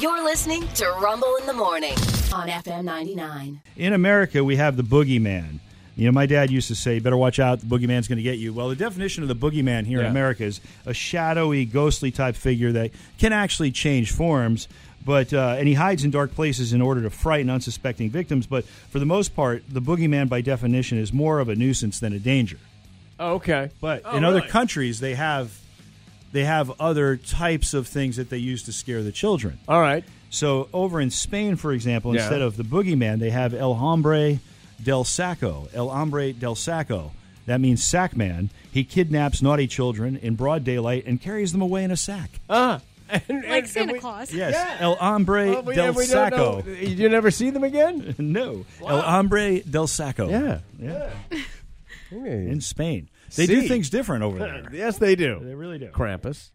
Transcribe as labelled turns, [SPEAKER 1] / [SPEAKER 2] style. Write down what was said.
[SPEAKER 1] You're listening to Rumble in the Morning on FM 99.
[SPEAKER 2] In America, we have the boogeyman. You know, my dad used to say, better watch out, the boogeyman's going to get you. Well, the definition of the boogeyman here in
[SPEAKER 3] Yeah.
[SPEAKER 2] America is a shadowy, ghostly type figure that can actually change forms, but uh, and he hides in dark places in order to frighten unsuspecting victims. But for the most part, the boogeyman, by definition, is more of a nuisance than a danger.
[SPEAKER 3] Oh, okay.
[SPEAKER 2] But
[SPEAKER 3] Oh,
[SPEAKER 2] in other
[SPEAKER 3] really?
[SPEAKER 2] countries, they have they have other types of things that they use to scare the children.
[SPEAKER 3] All right.
[SPEAKER 2] So over in Spain, for example,
[SPEAKER 3] Yeah.
[SPEAKER 2] instead of the boogeyman, they have El Hombre del Saco. El Hombre del Saco. That means sack man. He kidnaps naughty children in broad daylight and carries them away in a sack.
[SPEAKER 3] Ah. And, and-
[SPEAKER 4] Like
[SPEAKER 3] and
[SPEAKER 4] Santa
[SPEAKER 3] we-
[SPEAKER 4] Claus.
[SPEAKER 2] yes,
[SPEAKER 3] yeah.
[SPEAKER 2] El Hombre
[SPEAKER 3] Oh, we-
[SPEAKER 2] del
[SPEAKER 3] and we don't
[SPEAKER 2] Saco.
[SPEAKER 3] know- You never see them again?
[SPEAKER 2] no, El Hombre del Saco.
[SPEAKER 3] Yeah.
[SPEAKER 2] yeah.
[SPEAKER 3] Okay.
[SPEAKER 2] In Spain, they do
[SPEAKER 3] See.
[SPEAKER 2] things different over there.
[SPEAKER 3] yes, they do.
[SPEAKER 2] They really do.
[SPEAKER 3] Krampus.